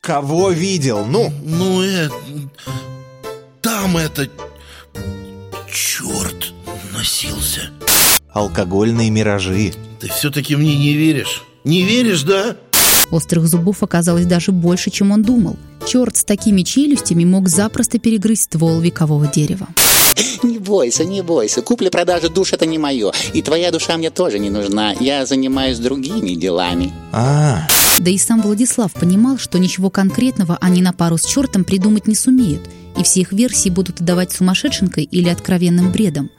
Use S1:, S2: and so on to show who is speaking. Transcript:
S1: Кого видел? Ну,
S2: Ну, э, там это... Черт носился.
S1: алкогольные миражи.
S2: Ты все-таки мне не веришь? Не веришь, да?
S3: Острых зубов оказалось даже больше, чем он думал. Черт с такими челюстями мог запросто перегрызть ствол векового дерева.
S4: Не бойся, не бойся. Купля-продажа душ это не мое. И твоя душа мне тоже не нужна. Я занимаюсь другими делами.
S1: А,
S3: Да и сам Владислав понимал, что ничего конкретного они на пару с чертом придумать не сумеют, и все их версии будут давать сумасшедшенкой или откровенным бредом.